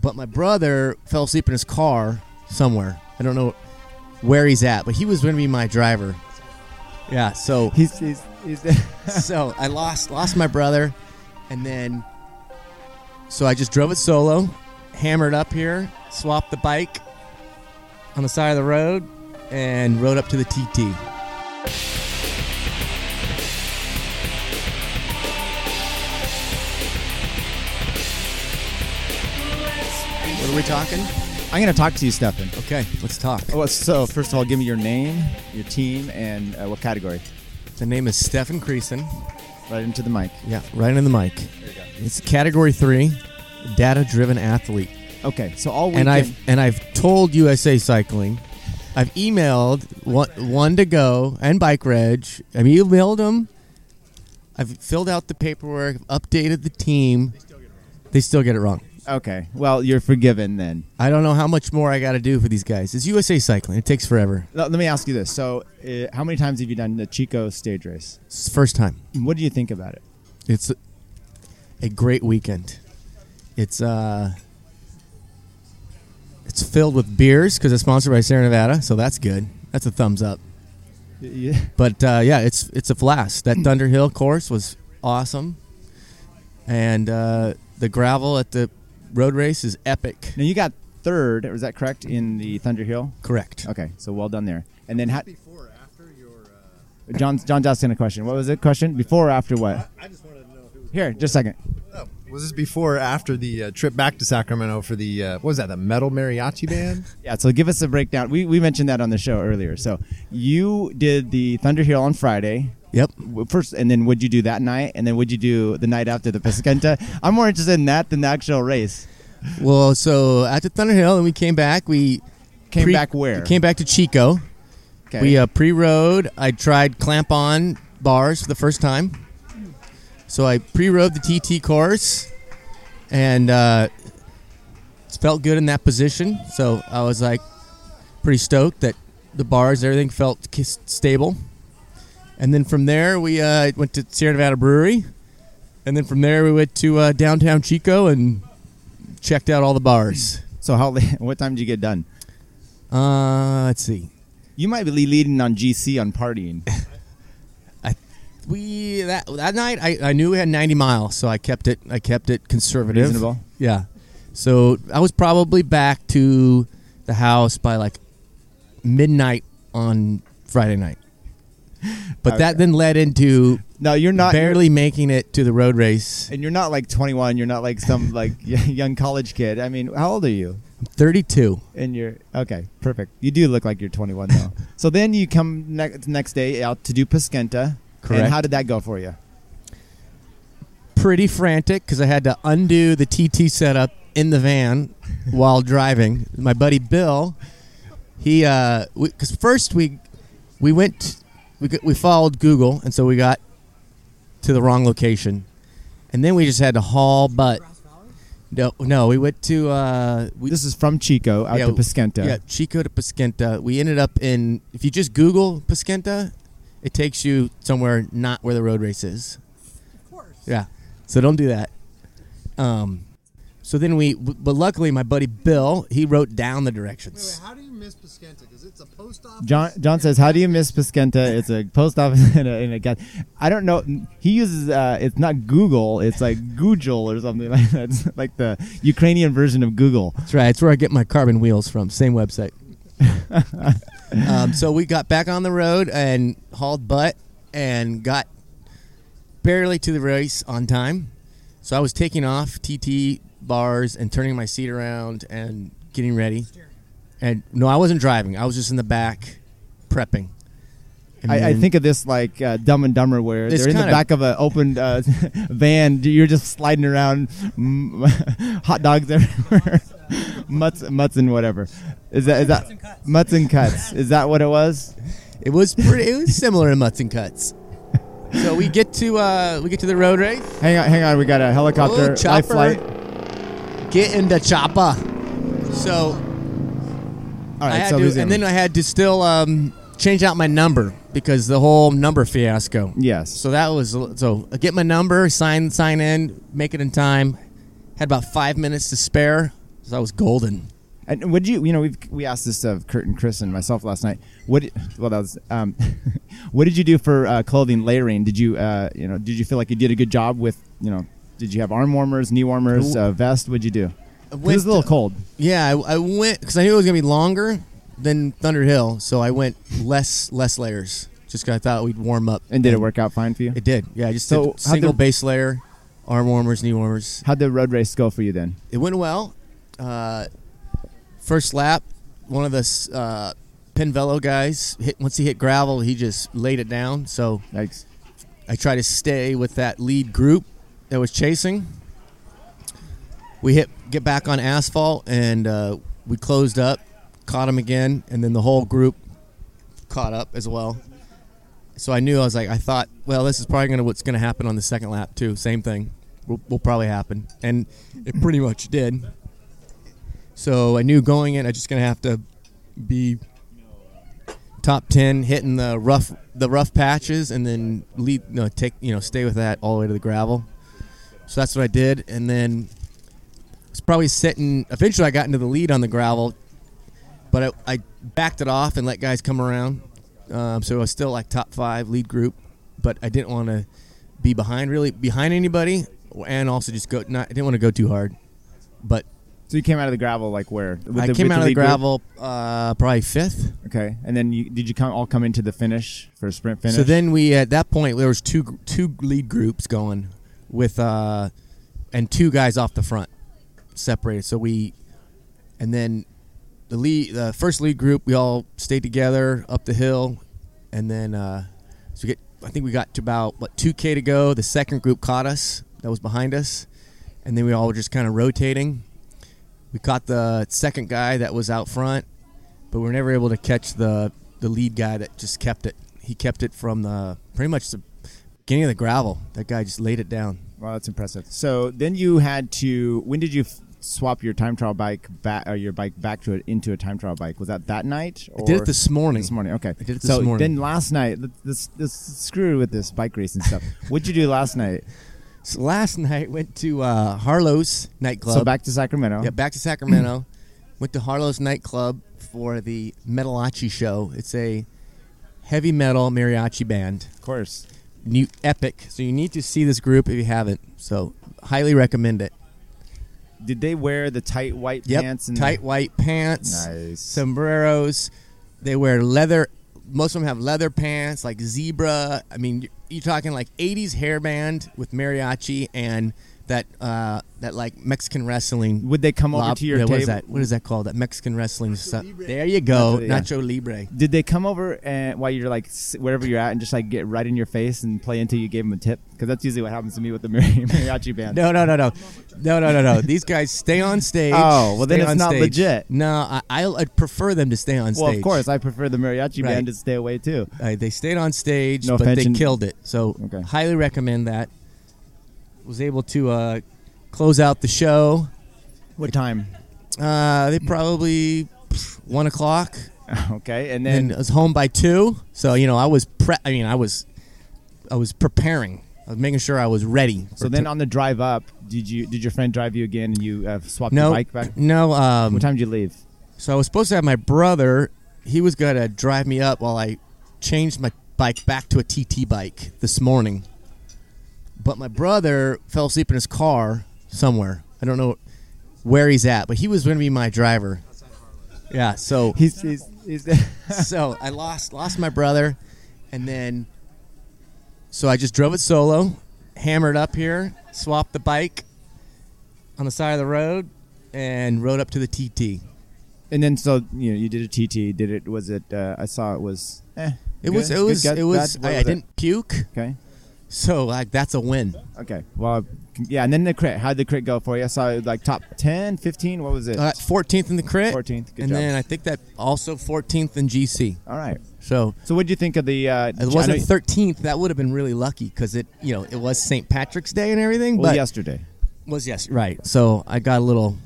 But my brother fell asleep in his car somewhere. I don't know where he's at, but he was going to be my driver. Yeah, so He's he's, he's the, so I lost lost my brother, and then so I just drove it solo, hammered up here, swapped the bike on the side of the road, and rode up to the TT. What are we talking? I'm gonna talk to you, Stefan. Okay, let's talk. Well, so first of all, give me your name, your team, and uh, what category. The name is Stefan Creason. Right into the mic. Yeah, right in the mic. There you go. It's category three, data-driven athlete. Okay, so all weekend. and I've and I've told USA Cycling, I've emailed one, one to go and Bike Reg. I've emailed them. I've filled out the paperwork, updated the team. They still get it wrong. okay. Well, you're forgiven then. I don't know how much more I got to do for these guys. It's USA Cycling. It takes forever. Let let me ask you this. So, uh, how many times have you done the Chico stage race? It's the first time. What do you think about it? It's a great weekend. It's uh, it's filled with beers because it's sponsored by Sierra Nevada, so that's good. That's a thumbs up. Yeah. But uh, yeah, it's it's a blast. Mm. That Thunderhill course was awesome, and uh, the gravel at the road race is epic. Now you got third. Was that correct in the Thunder Hill? Correct. Okay, so well done there. And then ha- before or after your uh, John John's asking a question. What was it? Question before or after what? I just wanted to know who Here, just a second. was this before or after the uh, trip back to Sacramento for the uh, what was that the metal mariachi band Yeah, so give us a breakdown. We, we mentioned that on the show earlier. So you did the Thunder Hill on Friday. Yep. W- First, and then would you do that night? And then would you do the night after the Pescenta? I'm more interested in that than the actual race. Well, so after Thunderhill, and we came back. We Came pre- back where? Came back to Chico. Okay. We uh, pre-rode. I tried clamp on bars for the first time. So I pre-rode the TT course, and uh, it felt good in that position. So I was like pretty stoked that the bars, everything felt k- stable. And then from there, we uh, went to Sierra Nevada Brewery, and then from there we went to uh, downtown Chico and checked out all the bars. so how late, what time did you get done? Uh, let's see. You might be leading on GC on partying. We that that night I, I knew we had 90 miles, so I kept it I kept it conservative. Reasonable. Yeah. So I was probably back to the house by like midnight on Friday night. But that then led into No, you're not. you're- barely making it to the road race. and you're not like 21. You're not like some like young college kid. I mean, how old are you? 32. And you're okay, perfect. You do look like you're 21 though. so then you come next next day out to do Pescenta. Correct. And how did that go for you? Pretty frantic because I had to undo the TT setup in the van while driving. My buddy Bill, he uh, because first we we went we g- we followed Google and so we got to the wrong location, and then we just had to haul butt. No, no, we went to uh, we This is from Chico out Yeah, to Pescenta. yeah, Chico to Pesquenta. We ended up in. If you just Google Pesquenta, it takes you somewhere not where the road race is. Of course. Yeah. So don't do that. Um. So then we, but luckily my buddy Bill, he wrote down the directions. how do you miss Piscenta because it's a post office John John says, "How do you miss Pescenta? It's a post office and a, and a gas. I don't know. He uses uh, it's not Google. It's like Google or something like that. It's like the Ukrainian version of Google. That's right. It's where I get my carbon wheels from. Same website. um, so we got back on the road and hauled butt and got barely to the race on time. So I was taking off TT bars and turning my seat around and getting ready. And no, I wasn't driving. I was just in the back prepping. And I, I then- think of this like uh, Dumb and Dumber, where It's they're in the kinda- back of an open uh, van. You're just sliding around, mm, hot dogs everywhere, mutts, mutts and whatever. Is that is that mutts and cuts? Is that what it was? It was pretty. It was similar in mutts and cuts. So we get to uh, we get to the road race. Hang on, hang on. We got a helicopter, Oh, life chopper. flight. Get in the chopper. So All I right, had so to, who's and in? then I had to still um, change out my number because the whole number fiasco. yes. So that was so I get my number, sign sign in, make it in time. Had about five minutes to spare, So I was golden. And would you, you know, we've, we asked this of Kurt and Chris and myself last night. What, well, that was, um, what did you do for uh, clothing layering? Did you, uh, you know, did you feel like you did a good job with, you know, did you have arm warmers, knee warmers, uh, vest? What'd you do? 'Cause it was a little cold. Yeah, I, I went because I knew it was gonna be longer than Thunder Hill, so I went less less layers. Just 'cause I thought we'd warm up. And did it work out fine for you? It did. Yeah, I just So, did single how'd the- base layer, arm warmers, knee warmers. How'd the road race go for you then? It went well. Uh, first lap, one of the s- uh, Penvelo guys hit once he hit gravel, he just laid it down. So Yikes. I try to stay with that lead group that was chasing. We hit get back on asphalt and uh, we closed up, caught him again, and then the whole group caught up as well. So I knew I was like I thought, well, this is probably gonna what's gonna happen on the second lap too. Same thing, will, will probably happen, and it pretty much did. So I knew going in, I just gonna have to be top 10 hitting the rough the rough patches and then lead no take you know stay with that all the way to the gravel so that's what i did and then it's probably sitting eventually i got into the lead on the gravel but i, I backed it off and let guys come around um, so i was still like top five lead group but i didn't want to be behind really behind anybody and also just go not i didn't want to go too hard but So you came out of the gravel like where? With i the- came with out of the lead group? gravel uh, probably fifth Okay, and then you, did you come, all come into the finish for a sprint finish? So then we at that point there was two two lead groups going with uh and two guys off the front separated. So we and then the lead the first lead group we all stayed together up the hill and then uh so we get I think we got to about what 2k to go. The second group caught us that was behind us and then we all were just kind of rotating. We caught the second guy that was out front, but we were never able to catch the the lead guy that just kept it. He kept it from the pretty much the beginning of the gravel. That guy just laid it down. wow, that's impressive. So then you had to. When did you f- swap your time trial bike back, or your bike back to it into a time trial bike? Was that that night? Or I did it this morning. This morning, okay. I did it so this morning. then last night, th- this, this screw with this bike race and stuff. What'd you do last night? So last night went to uh, Harlow's nightclub. So back to Sacramento. yeah, back to Sacramento. went to Harlow's nightclub for the Metalachi show. It's a heavy metal mariachi band. of course. New epic. So you need to see this group if you haven't. So highly recommend it. Did they wear the tight white Yep. pants? And Tight white pants. Nice. sombreros. They wear leather. Most of them have leather pants, like zebra. I mean, you're, you're talking like '80s hairband with mariachi and that uh, that like Mexican wrestling. Would they come over lob- to your yeah, table? what is that? What is that called? That Mexican wrestling stuff. There you go, Nacho, yeah. Nacho Libre. Did they come over and while you're like s- wherever you're at and just like get right in your face and play until you gave them a tip? Because that's usually what happens to me with the mari- mariachi band. No, no, no, no, no, no, no, no. These guys stay on stage. Oh, well, then Stay it's on not stage. legit. No, I, I I prefer them to stay on stage. Well, of course, I prefer the mariachi Right. band to stay away too. Uh, they stayed on stage, No but offension. they killed it. So Okay. highly recommend that. Was able to uh, close out the show. What time? Uh, they probably pff, one o'clock, Okay, and and then I was home by two. So you know, I was pre. I mean, I was, I was preparing. I was making sure I was ready. so then on the drive up, did you did your friend drive you again and you uh, swapped no, your bike back? no. Um, What time did you leave? So I was supposed to have my brother. He was gonna drive me up while I changed my bike back to a TT bike this morning. But my brother fell asleep in his car somewhere. I don't know where he's at, but he was gonna be my driver. Yeah. So He's he's, he's so I lost lost my brother, and then so I just drove it solo, hammered up here, swapped the bike on the side of the road, and rode up to the TT. and then so you know you did a TT. Did it? Was it? Uh, I saw it was. Eh, It was, it was, it was. I, I didn't puke, Okay. so like that's a win. Okay. Well, yeah. And then the crit. How'd the crit go for you? I saw it like top 10, 15. What was it? Uh, 14th in the crit, 14th. Good and job. then I think that also 14th in GC. All right. So So what would you think of the? Uh, it wasn't 13th. That would have been really lucky because it, you know, it was St. Patrick's Day and everything. well, but yesterday. was yes, right. So I got a little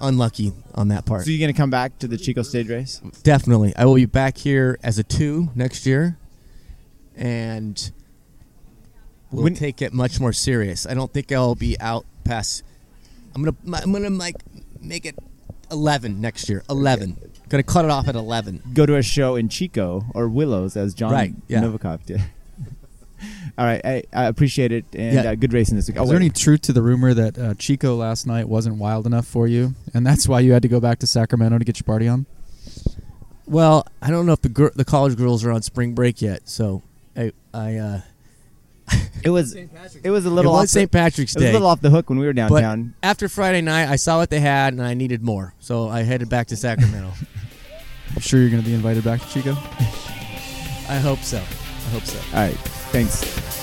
unlucky on that part. So you're gonna come back to the Chico stage race? Definitely, I will be back here as a two next year, and we'll When- take it much more serious. I don't think I'll be out past. I'm gonna, I'm gonna like make it eleven next year. Eleven. Gonna cut it off at eleven. go to a show in Chico or Willows as John Right, yeah. Novikov did. All right, I, I appreciate it and Yeah. uh, good racing this week. Is there any truth to the rumor that uh, Chico last night wasn't wild enough for you, and that's why you had to go back to Sacramento to get your party on? Well, I don't know if the gir- the college girls are on spring break yet, so I I uh, it was it was a little it off was St. Patrick's the, it was a Day. little off the hook when we were downtown. After Friday night, I saw what they had and I needed more, so I headed back to Sacramento. I'm sure you're going to be invited back to Chico. I hope so. I hope so. All right, thanks.